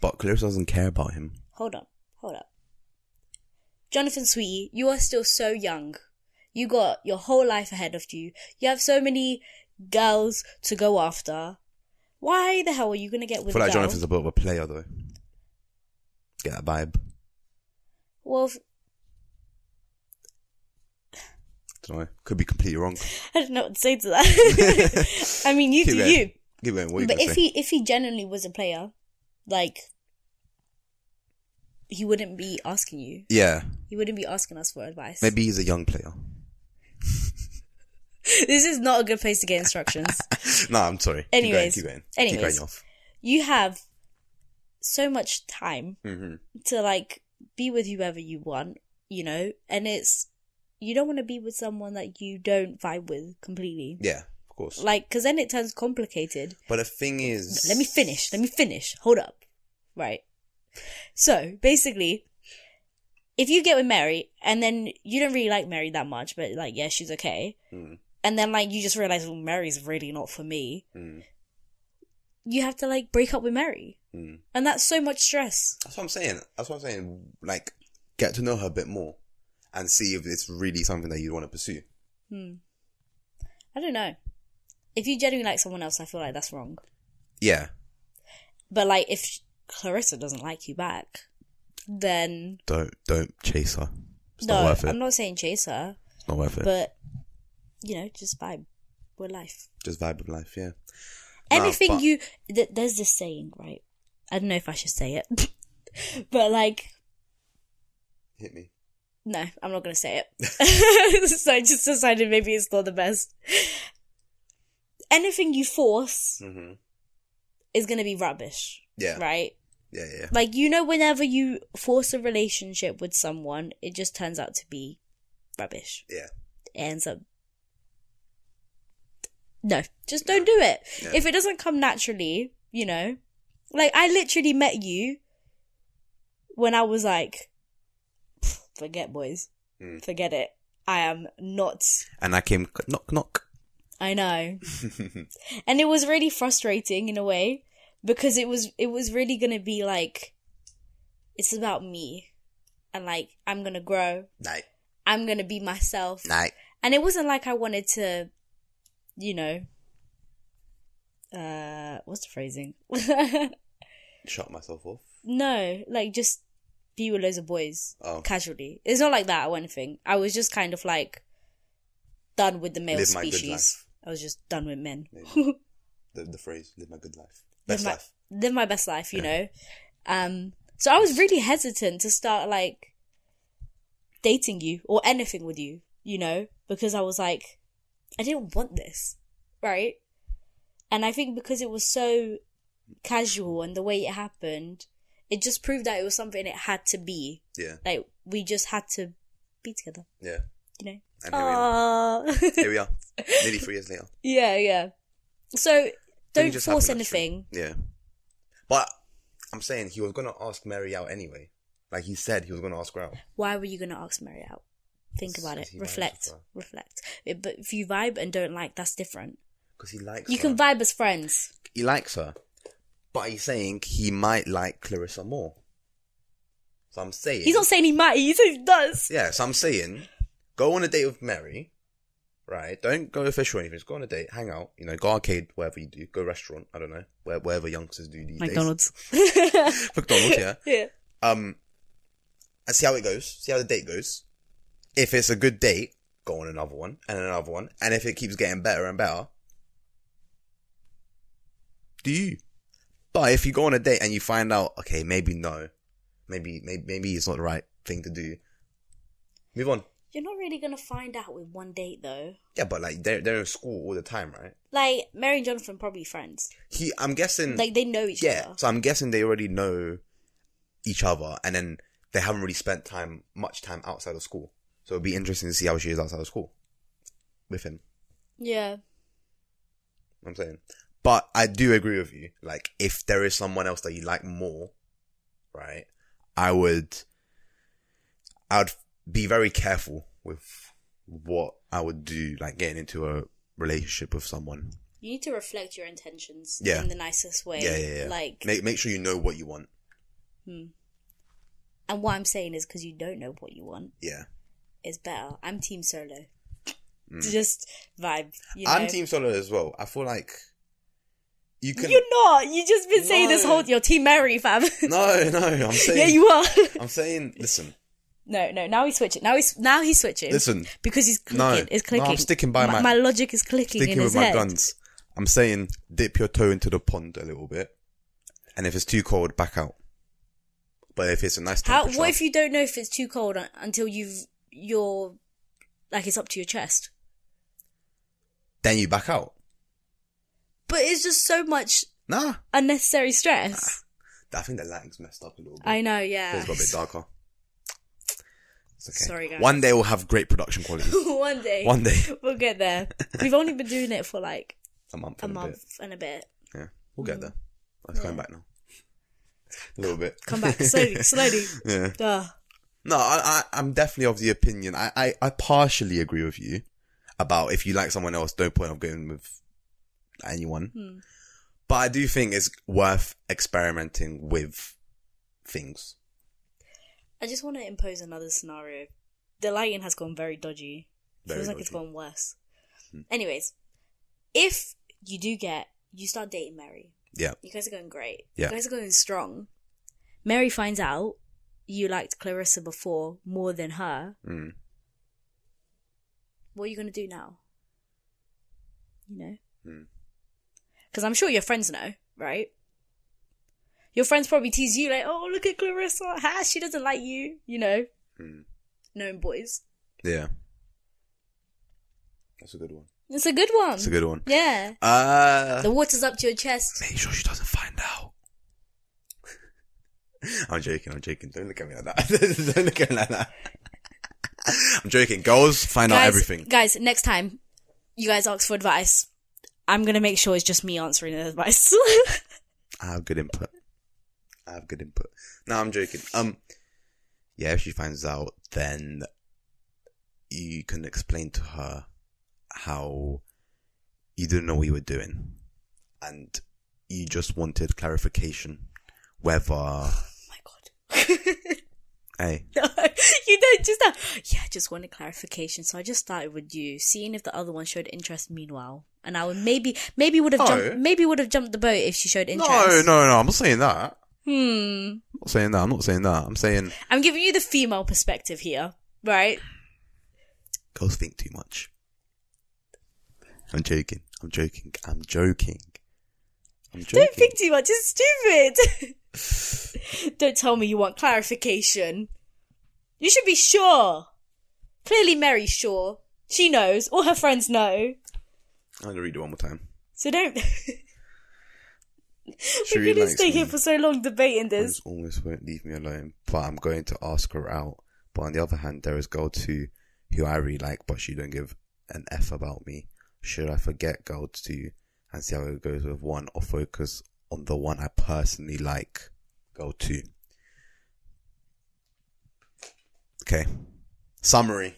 S2: But Clarissa doesn't care about him.
S1: Hold on, hold up. Jonathan Sweetie, you are still so young. You got your whole life ahead of you. You have so many girls to go after. Why the hell are you gonna get
S2: I
S1: with
S2: feel
S1: a
S2: like
S1: girl?
S2: Jonathan's a bit of a player though. Get that vibe.
S1: Well, if-
S2: Don't know. Could be completely wrong.
S1: I don't know what to say to that. I mean, you
S2: Keep
S1: do
S2: going.
S1: you.
S2: Keep going. What are you
S1: But
S2: gonna
S1: if
S2: say?
S1: he if he genuinely was a player, like he wouldn't be asking you.
S2: yeah,
S1: He wouldn't be asking us for advice.
S2: maybe he's a young player.
S1: This is not a good place to get instructions.
S2: no, I'm sorry.
S1: Anyways.
S2: keep going. Keep going.
S1: Anyways.
S2: Keep going off.
S1: you have so much time
S2: Mm-hmm.
S1: to like be with whoever you want, you know, and it's you don't want to be with someone that you don't vibe with completely.
S2: Yeah, of course.
S1: Like, because then it turns complicated.
S2: but the thing is,
S1: Let me finish. Let me finish. Hold up. Right. So basically, if you get with Mary and then you don't really like Mary that much, but like, yeah, she's okay.
S2: Mm.
S1: And then like you just realize, well, Mary's really not for me.
S2: Mm.
S1: You have to like break up with Mary,
S2: Mm.
S1: and that's so much stress.
S2: That's what I'm saying. That's what I'm saying. Like, get to know her a bit more and see if it's really something that you want to pursue.
S1: Hmm. I don't know. If you genuinely like someone else, I feel like that's wrong.
S2: Yeah,
S1: But like, if Clarissa doesn't like you back, then
S2: don't don't chase her. It's
S1: no,
S2: not worth it.
S1: I'm not saying chase her,
S2: It's not worth it.
S1: but you know, just vibe. We're life.
S2: Just vibe of life. Yeah. No,
S1: Anything
S2: but-
S1: you th- there's this saying, right? I don't know if I should say it, but like,
S2: Hit me.
S1: no, I'm not gonna say it. so I just decided maybe it's not the best. Anything you force
S2: Mm-hmm.
S1: is gonna be rubbish,
S2: Yeah.
S1: right?
S2: Yeah. Yeah.
S1: like you know whenever you force a relationship with someone it just turns out to be rubbish
S2: Yeah.
S1: it ends up no just don't do it
S2: Yeah.
S1: if it doesn't come naturally you know like i literally met you when i was like "Pff, forget boys
S2: Mm.
S1: forget it i am not
S2: And I came knock knock.
S1: i know and it was really frustrating in a way because it was it was really gonna be like it's about me and like i'm gonna grow
S2: Night.
S1: i'm gonna be myself
S2: Night.
S1: and it wasn't like i wanted to you know uh what's the phrasing
S2: Shut myself off.
S1: no like just be with loads of boys
S2: Oh.
S1: casually it's not like that or anything i was just kind of like done with the male
S2: Live my good
S1: species I was just done with men.
S2: The, the phrase "live my good life," best
S1: my-
S2: life.
S1: live my best life, you know. Um, so I was really hesitant to start like dating you or anything with you, you know, because I was like, I didn't want this, right? And I think because it was so casual and the way it happened, it just proved that it was something it had to be.
S2: Yeah,
S1: Like we just had to be together,
S2: yeah.
S1: you know.
S2: And here we are.
S1: Aww.
S2: Here we are. Nearly three years later.
S1: yeah, yeah. So
S2: Thing
S1: don't
S2: just
S1: force
S2: happened, actually.
S1: anything.
S2: Yeah. But I'm saying he was gonna ask Mary out anyway. Like he said, he was gonna ask her out.
S1: why were you going to ask Mary out? Think
S2: Because
S1: about it.
S2: he vibes
S1: Reflect.
S2: with her.
S1: Reflect. It- but if you vibe and don't like, that's different.
S2: Because he likes
S1: You
S2: her.
S1: can vibe as friends.
S2: he likes her. But he's saying he might like Clarissa more. So I'm saying
S1: He's not saying he might. He says he does.
S2: Yeah, so I'm saying go on a date with Mary. Right? Don't go official or anything, just go on a date, hang out, you know, go arcade, wherever you do, go restaurant, I don't know, where wherever youngsters do these
S1: McDonald's.
S2: days. McDonald's, yeah.
S1: yeah.
S2: Um, and see how it goes. See how the date goes. If it's a good date, go on another one and another one. And if it keeps getting better and better, do you? But if you go on a date and you find out, okay, maybe no, maybe maybe, maybe it's not the right thing to do. Move on.
S1: You're not really going to find out with one date, though.
S2: Yeah, but like they're they're in school all the time, right?
S1: Like, Mary and Jonathan probably friends.
S2: He, I'm guessing.
S1: Like, they know each
S2: Hmm. yeah,
S1: other.
S2: so I'm guessing they already know each other, and then they haven't really spent time, much time outside of school. So it'd be interesting to see how she is outside of school with him.
S1: Yeah.
S2: I'm saying, but I do agree with you. Like, if there is someone else that you like more, right? I would, I'd be very careful with what I would do, like getting into a relationship with someone.
S1: You need to reflect your intentions
S2: Yeah.
S1: in the nicest way.
S2: Yeah, yeah, yeah.
S1: Like,
S2: make make sure you know what you want.
S1: and what I'm saying is because you don't know what you want,
S2: Yeah,
S1: it's better. I'm team solo. Just vibe. You know?
S2: Hmm. I'm team solo as well. I feel like you can.
S1: You're not. You just been saying this
S2: No.
S1: whole. You're Team Mary, fam.
S2: No, no, I'm saying.
S1: yeah, you are.
S2: I'm saying. Listen,
S1: no, no. Now he's switching. Now he's now he's switching.
S2: listen.
S1: because he's clicking.
S2: No.
S1: it's
S2: No, I'm
S1: clicking.
S2: sticking by my-
S1: my logic is clicking in
S2: Sticking
S1: his
S2: with my
S1: head.
S2: guns. I'm saying dip your toe into the pond a little bit, and if it's too cold, back out. But if it's a nice
S1: How?
S2: temperature,
S1: What if you don't know if it's too cold un- until you've you're like it's up to your chest?
S2: then you back out.
S1: But it's just so much
S2: Nah,
S1: unnecessary
S2: Ah.
S1: stress.
S2: I think the lighting's messed up a little bit.
S1: I know.
S2: It's
S1: Yeah.
S2: got a bit darker. It's okay.
S1: Sorry, guys.
S2: One day we'll have great production quality.
S1: One day.
S2: One day,
S1: We'll get there. We've only been doing it for like
S2: a month,
S1: a
S2: and a bit.
S1: month Mm-hmm. and a bit.
S2: Yeah, we'll get there. I'm coming back now. A little bit.
S1: Come back slowly, slowly. Ah.
S2: Yeah.
S1: Ugh.
S2: No, I, I, I'm definitely of the opinion. I, I, I partially agree with you about if you like someone else, no point of going with anyone.
S1: Hmm.
S2: But I do think it's worth experimenting with things.
S1: I just want to impose another scenario. The lighting has gone very dodgy.
S2: Very
S1: Feels like it's
S2: dodgy. Hmm.
S1: gone worse. Anyways, if you do get, you start dating Mary.
S2: Yeah.
S1: You guys are going great.
S2: Yeah.
S1: You guys are going strong. Mary finds out you liked Clarissa before more than her.
S2: Mm.
S1: What are you going to do now? You know?
S2: Hmm.
S1: Because I'm sure your friends know, right? Your friends probably tease you like, "Oh, look at Clarissa! Ha, she doesn't like you." You know,
S2: Hmm.
S1: known boys.
S2: Yeah. That's a good one.
S1: It's a good one.
S2: That's a good one.
S1: yeah.
S2: Uh,
S1: The water's up to your chest.
S2: make sure she doesn't find out. I'm joking, I'm joking. Don't look at me like that. Don't look at me like that. I'm joking. Girls find out
S1: guys,
S2: everything.
S1: Guys, next time you guys ask for advice, I'm gonna make sure it's just me answering the advice. Oh
S2: I have good input. I have good input. No, I'm joking. Um, yeah, if she finds out, then you can explain to her how you didn't know what you were doing, and you just wanted clarification whether
S1: oh my god.
S2: hey,
S1: No, you don't just that. Yeah, I just wanted clarification, so I just started with you, seeing if the other one showed interest. Meanwhile, and I would maybe, maybe would have
S2: No.
S1: jumped, maybe would have jumped the boat if she showed interest.
S2: no, no, no, I'm not saying that.
S1: Hmm.
S2: I'm not saying that. I'm not saying that. I'm saying
S1: I'm giving you the female perspective here, right?
S2: girls think too much. I'm joking. I'm joking. I'm joking. I'm joking.
S1: Don't think too much. It's stupid. Don't tell me you want clarification. You should be sure. Clearly, Mary's sure. She knows. All her friends know.
S2: I'm gonna read it one more time.
S1: So don't.
S2: She
S1: we couldn't
S2: likes
S1: stay here
S2: me.
S1: for so long debating this.
S2: Friends almost won't leave me alone, but I'm going to ask her out. But on the other hand, there is girl two who I really like, but she don't give an f about me. Should I forget girl two and see how it goes with one, or focus on the one I personally like, girl two? Okay. Summary.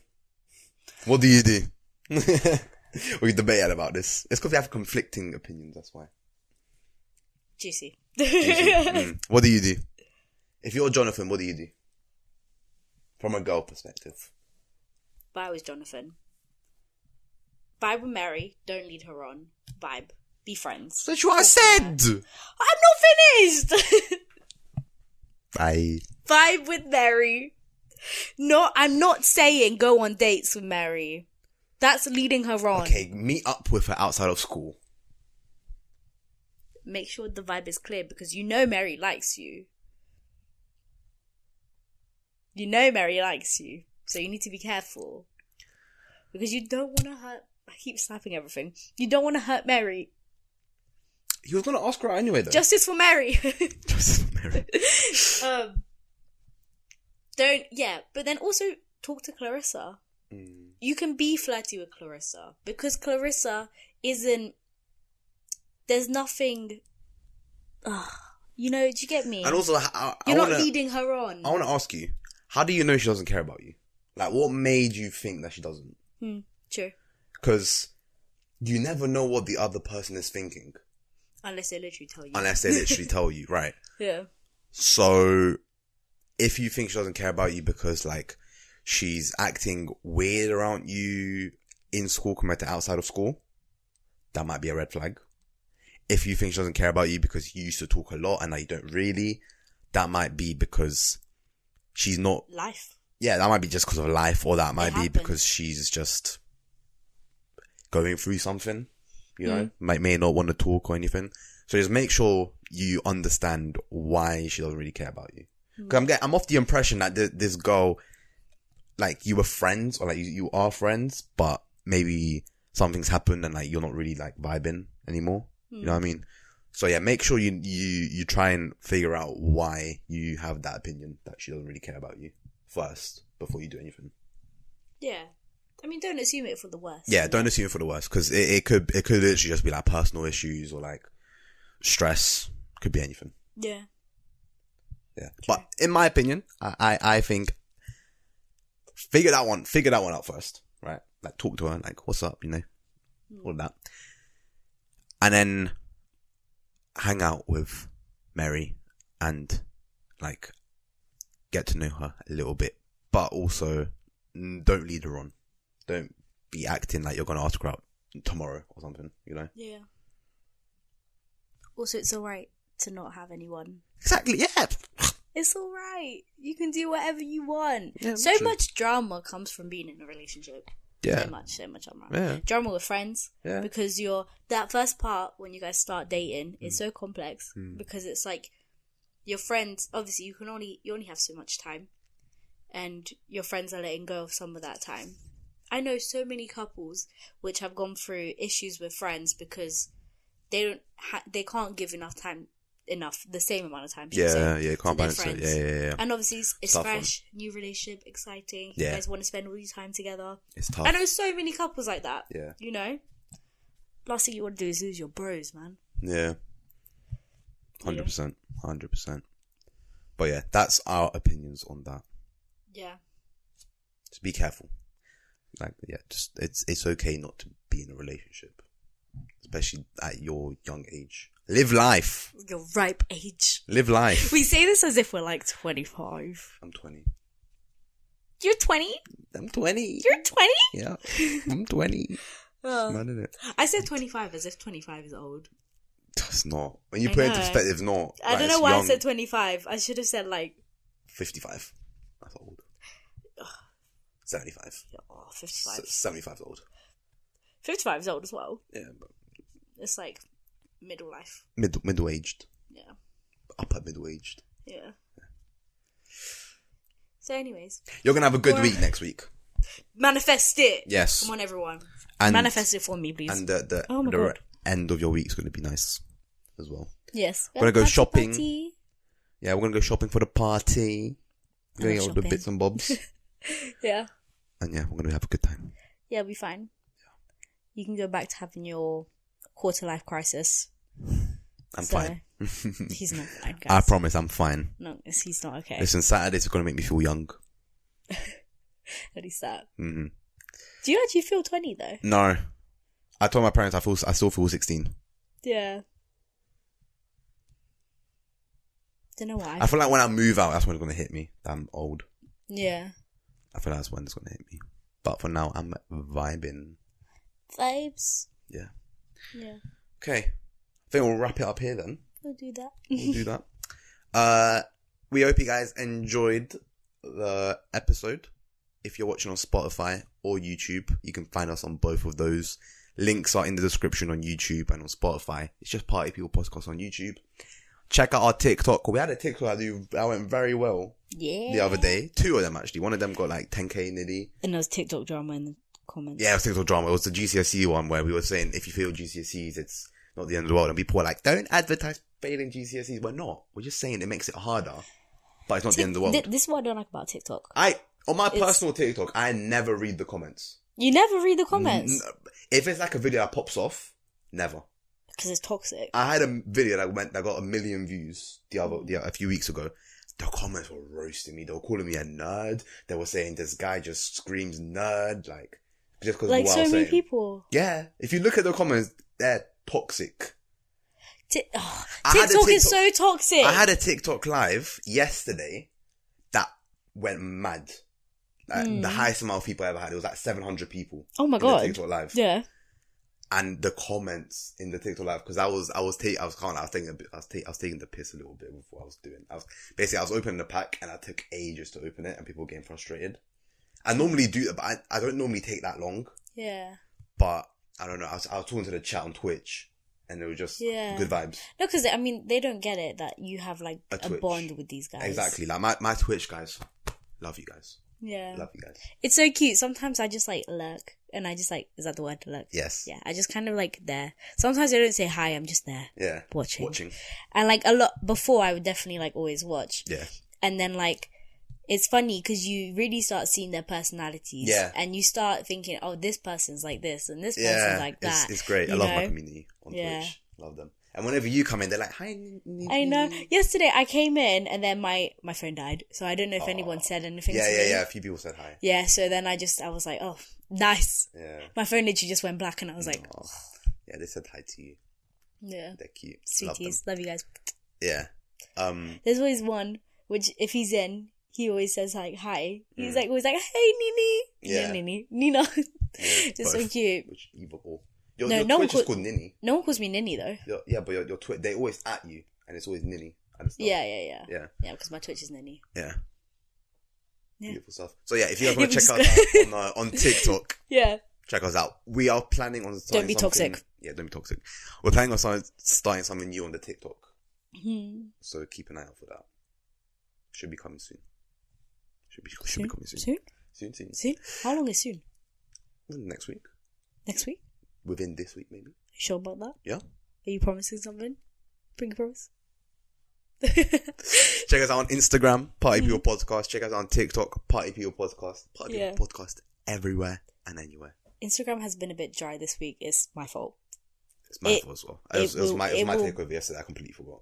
S2: What do you do? we debated about this. It's because we have conflicting opinions. That's why.
S1: Juicy.
S2: Mm. What do you do? If you're Jonathan, what do you do? From a girl perspective.
S1: Bye with Jonathan. Vibe with Mary. Don't lead her on. Vibe. Be friends.
S2: That's what I said!
S1: I'm not finished!
S2: I.
S1: Vibe with Mary. No, I'm not saying go on dates with Mary. That's leading her on.
S2: Okay, meet up with her outside of school.
S1: Make sure the vibe is clear because you know Mary likes you. You know Mary likes you. So you need to be careful. Because you don't want to hurt. I keep snapping everything. You don't want to hurt Mary.
S2: He was gonna ask her out anyway, though.
S1: Justice for Mary.
S2: Just marry.
S1: um, don't, yeah. But then also talk to Clarissa.
S2: Mm.
S1: you can be flirty with Clarissa because Clarissa isn't. There's nothing. Ugh. you know, do you get me?
S2: And also, I, I, I
S1: You're
S2: wanna,
S1: not leading her on.
S2: I wanna ask you, how do you know she doesn't care about you? Like, what made you think that she doesn't?
S1: Hmm, true.
S2: Because you never know what the other person is thinking
S1: Unless they literally tell you.
S2: unless they literally tell you, right?
S1: yeah.
S2: So, if you think she doesn't care about you because like she's acting weird around you in school compared to outside of school, that might be a red flag. If you think she doesn't care about you because you used to talk a lot and now you don't really, that might be because she's not.
S1: Life.
S2: Yeah, that might be just because of life, or that might be
S1: happens.
S2: because she's just going through something. You know, might may not want to talk or anything. So just make sure you understand why she doesn't really care about you. Because I'm get, I'm off the impression that th- this girl, like you were friends or like you, you are friends, but maybe something's happened and like you're not really like vibing anymore. You know what I mean? So yeah, make sure you you you try and figure out why you have that opinion that she doesn't really care about you first before you do anything.
S1: Yeah. I mean, don't assume it for the worst.
S2: Yeah, don't assume for the worst because it, it could it could literally just be like personal issues or like stress. Could be anything.
S1: Yeah.
S2: Yeah. But in my opinion, I, I, I think figure that one figure that one out first, right? Like talk to her, like what's up, you know,
S1: Mm.
S2: all of that, and then hang out with Mary and like get to know her a little bit, but also mm, don't lead her on. Don't be acting like you're gonna ask her out tomorrow or something, you know.
S1: Yeah. Also, it's alright to not have anyone.
S2: Exactly. Yeah.
S1: It's alright. You can do whatever you want.
S2: Yeah,
S1: so
S2: true.
S1: much drama comes from being in a relationship.
S2: Yeah.
S1: so much, so much drama.
S2: Yeah.
S1: Drama with friends.
S2: Yeah.
S1: Because you're that first part when you guys start dating
S2: Mm.
S1: is so complex because it's like your friends obviously you can only you only have so much time and your friends are letting go of some of that time. I know so many couples which have gone through issues with friends because they don't ha- they can't give enough time enough the same amount of time. should I say,
S2: Yeah. Yeah.
S1: to their
S2: Can't balance it.
S1: friends.
S2: Yeah. Yeah. Yeah.
S1: And obviously, it's, it's
S2: Tough one.
S1: fresh, new relationship, exciting. You
S2: Yeah.
S1: guys want to spend all your time together.
S2: It's tough.
S1: I know so many couples like that.
S2: Yeah.
S1: You know? Last thing you want to do is lose your bros, man.
S2: Yeah. Hundred percent. Hundred percent. But yeah, that's our opinions on that.
S1: Yeah.
S2: Just be careful. Like yeah, just it's it's okay not to be in a relationship. Especially at your young age. Live life.
S1: Your ripe age.
S2: Live life.
S1: We say this as if we're like 25.
S2: I'm twenty.
S1: You're 20?
S2: I'm twenty.
S1: You're 20?
S2: Yeah. I'm twenty.
S1: Oh.
S2: Mad, innit?
S1: I said 25 as if 25 is old.
S2: That's not. When you
S1: I
S2: put it in
S1: know.
S2: perspective, it's not.
S1: I
S2: Like,
S1: don't
S2: it's
S1: know why
S2: young.
S1: I said 25. I should have said like
S2: fifty-five. That's old. Seventy-five.
S1: oh,
S2: S-
S1: 55.
S2: Seventy-five's old.
S1: 55 is old as well.
S2: Yeah, but
S1: It's like middle life.
S2: middle middle aged,
S1: Yeah.
S2: upper middle aged.
S1: Yeah. So, anyways,
S2: You're gonna have a good
S1: Or-
S2: week next week.
S1: manifest it.
S2: Yes.
S1: Come on, everyone.
S2: And
S1: manifest it for me, please.
S2: and the the,
S1: Oh my
S2: the
S1: God.
S2: end of your week's gonna be nice as well.
S1: yes.
S2: We're gonna go
S1: Party,
S2: shopping.
S1: party.
S2: Yeah, we're gonna go shopping for the party. We're
S1: I love
S2: gonna get all the
S1: shopping.
S2: bits and bobs,
S1: Yeah.
S2: and yeah, we're gonna have a good time.
S1: Yeah, it'll be fine. You can go back to having your quarter life crisis.
S2: I'm
S1: So-
S2: fine.
S1: He's not fine,
S2: I
S1: guys.
S2: promise, I'm fine.
S1: no, it's- he's not okay.
S2: Listen, Saturdays are gonna make me feel young.
S1: At least that.
S2: Mm-hmm.
S1: Do you actually feel 20 though?
S2: No, I told my parents I feel I still feel 16.
S1: Yeah. Don't know why.
S2: I feel like when I move out, that's when it's gonna hit me. that I'm old.
S1: yeah.
S2: I feel that's when it's gonna hit me. But for now, I'm vibing.
S1: Vibes.
S2: Yeah.
S1: Yeah.
S2: Okay. I think we'll wrap it up here then.
S1: We'll do that.
S2: We'll do that. Uh, we hope you guys enjoyed the episode. If you're watching on Spotify or YouTube, you can find us on both of those. Links are in the description on YouTube and on Spotify. It's just Party People Podcast on YouTube. Check out our TikTok. We had a TikTok that do- that went very well
S1: Yeah.
S2: the other day. Two of them actually. One of them got like 10k nearly.
S1: And there was TikTok drama in the comments.
S2: Yeah, it was TikTok drama. It was the GCSE E one where we were saying if you fail GCSEs, it's not the end of the world. And people were like, don't advertise failing GCSEs. We're not. We're just saying it makes it harder, but it's not the end of the world.
S1: Th- this is what I don't like about TikTok.
S2: I on my
S1: It's-
S2: personal TikTok, I never read the comments.
S1: You never read the comments
S2: N- If it's like a video that pops off, never.
S1: because it's toxic.
S2: I had a video that went that got a million views the other the, a few weeks ago. The comments were roasting me. They were calling me a nerd. They were saying this guy just screams nerd, like just because
S1: like
S2: of what
S1: so
S2: I was
S1: many
S2: saying.
S1: people.
S2: Yeah. If you look at the comments, they're toxic.
S1: Ti- oh,
S2: I had a
S1: TikTok is so
S2: TikTok-
S1: toxic.
S2: I had a TikTok live yesterday that went mad. Like, The highest amount of people I ever had. It was like 700 people.
S1: Hmm. Oh my
S2: in the
S1: God.
S2: TikTok live.
S1: yeah.
S2: And the comments in the TikTok live because I was I was taking I was kind I was taking a bit, I was, ta- I was taking the piss a little bit with what I was doing. I was basically I was opening the pack and I took ages to open it and people were getting frustrated. I normally do, but I, I don't normally take that long.
S1: Yeah.
S2: But I don't know. I was, I was talking to the chat on Twitch and it was just
S1: Yeah.
S2: good vibes.
S1: No, because I mean they don't get it that you have like
S2: A
S1: a,
S2: Twitch.
S1: bond with these guys.
S2: Exactly. Like my, my Twitch guys, love you guys.
S1: Yeah.
S2: Love you guys.
S1: It's so cute. Sometimes I just like lurk, and I just like is that the word lurk?
S2: Yes.
S1: Yeah. I just kind of like there. Sometimes I don't say hi. I'm just there
S2: Yeah.
S1: watching.
S2: Watching.
S1: And like a lot before, I would definitely like always watch.
S2: Yeah.
S1: and then like it's funny because you really start seeing their personalities
S2: Yeah.
S1: and you start thinking oh this person's like this and this
S2: Yeah.
S1: person's like
S2: it's,
S1: that
S2: it's great. I
S1: you
S2: love my
S1: know?
S2: community on
S1: Yeah.
S2: Twitch. Love them. And whenever you come in, they're like, "Hi." N- N-
S1: I know.
S2: N-
S1: Yesterday I came in and then my my phone died, so I don't know if anyone said anything.
S2: Yeah,
S1: to
S2: yeah,
S1: me.
S2: yeah. A few people said hi.
S1: Yeah, So then I just I was like, oh, nice.
S2: Yeah.
S1: My phone literally just went black, and I was like,
S2: Aw. Yeah, they said hi to you.
S1: yeah,
S2: They're cute. Love them.
S1: sweeties, love, you guys.
S2: Yeah. Um.
S1: There's always one which if he's in, he always says like hi. He's like always like hey Nini,
S2: Mm. Yeah.
S1: yeah, Nini, Nina.
S2: yeah,
S1: just so
S2: both.
S1: cute.
S2: Which either or. Your,
S1: No,
S2: your
S1: no one
S2: Twitch is
S1: call-
S2: called Ninny.
S1: No one calls me Nini though.
S2: Your, yeah, but your, your Twitch, they always at you, and it's always Ninny. I just love
S1: Yeah, yeah, yeah.
S2: it. Yeah.
S1: Yeah, because my Twitch is Nini.
S2: Yeah.
S1: Yeah.
S2: Beautiful stuff. So yeah, if you guys
S1: Yeah,
S2: want
S1: we
S2: to check
S1: just
S2: us
S1: go-
S2: out on, uh, on TikTok,
S1: Yeah.
S2: check us out. We are planning on starting
S1: Don't be
S2: something-
S1: toxic.
S2: Yeah, don't be toxic. We're planning on starting, starting something new on the TikTok,
S1: Hmm.
S2: so keep an eye out for that. Should be coming soon. Should be should be coming soon.
S1: Soon?
S2: Soon, soon.
S1: Soon? How long is soon?
S2: Next week,
S1: Next week?
S2: within this week, maybe.
S1: You sure about that?
S2: Yeah.
S1: Are you promising something? Bring a promise?
S2: Check us out on Instagram, Party People Podcast. Check us out on TikTok, Party People Podcast. Party
S1: Mm-hmm. Yeah.
S2: People Podcast everywhere and anywhere.
S1: Instagram has been a bit dry this week. It's my fault.
S2: It's my
S1: It-
S2: fault as well. It, was,
S1: it
S2: it was
S1: will-
S2: my, it was
S1: it
S2: my
S1: will-
S2: takeover yesterday. I completely forgot.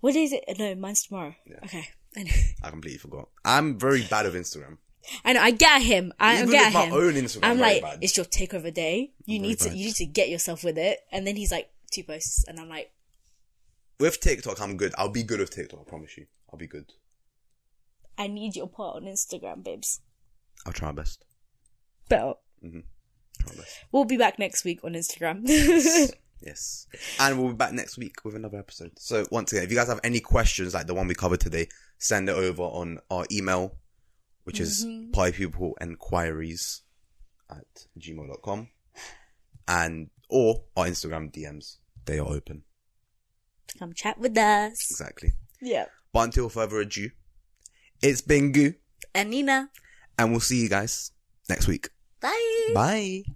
S1: What is it? No, mine's tomorrow.
S2: Yeah.
S1: Okay. Anyway.
S2: I completely forgot. I'm very bad with Instagram.
S1: I know. I get him. I
S2: Even
S1: get
S2: with my
S1: him.
S2: own Instagram,
S1: I'm
S2: I'm very
S1: like,
S2: bad.
S1: it's your takeover day. You
S2: very
S1: need to.
S2: bad.
S1: You need to get yourself with it. And then he's like, two posts, and I'm like,
S2: With TikTok, I'm good. I'll be good with TikTok. I promise you. I'll be good.
S1: I need your part on Instagram, babes.
S2: I'll try my best.
S1: But
S2: Mm-hmm. Try my best.
S1: we'll be back next week on Instagram.
S2: Yes. And we'll be back next week with another episode. So once again, if you guys have any questions like the one we covered today, send it Mm-hmm. over on our email, which is mm people enquiries at gmail.com and or our Instagram DMs. They are open.
S1: Come chat with us.
S2: Exactly.
S1: Yeah.
S2: But until further ado, it's been Goo,
S1: And Nina.
S2: and we'll see you guys next week.
S1: Bye.
S2: Bye.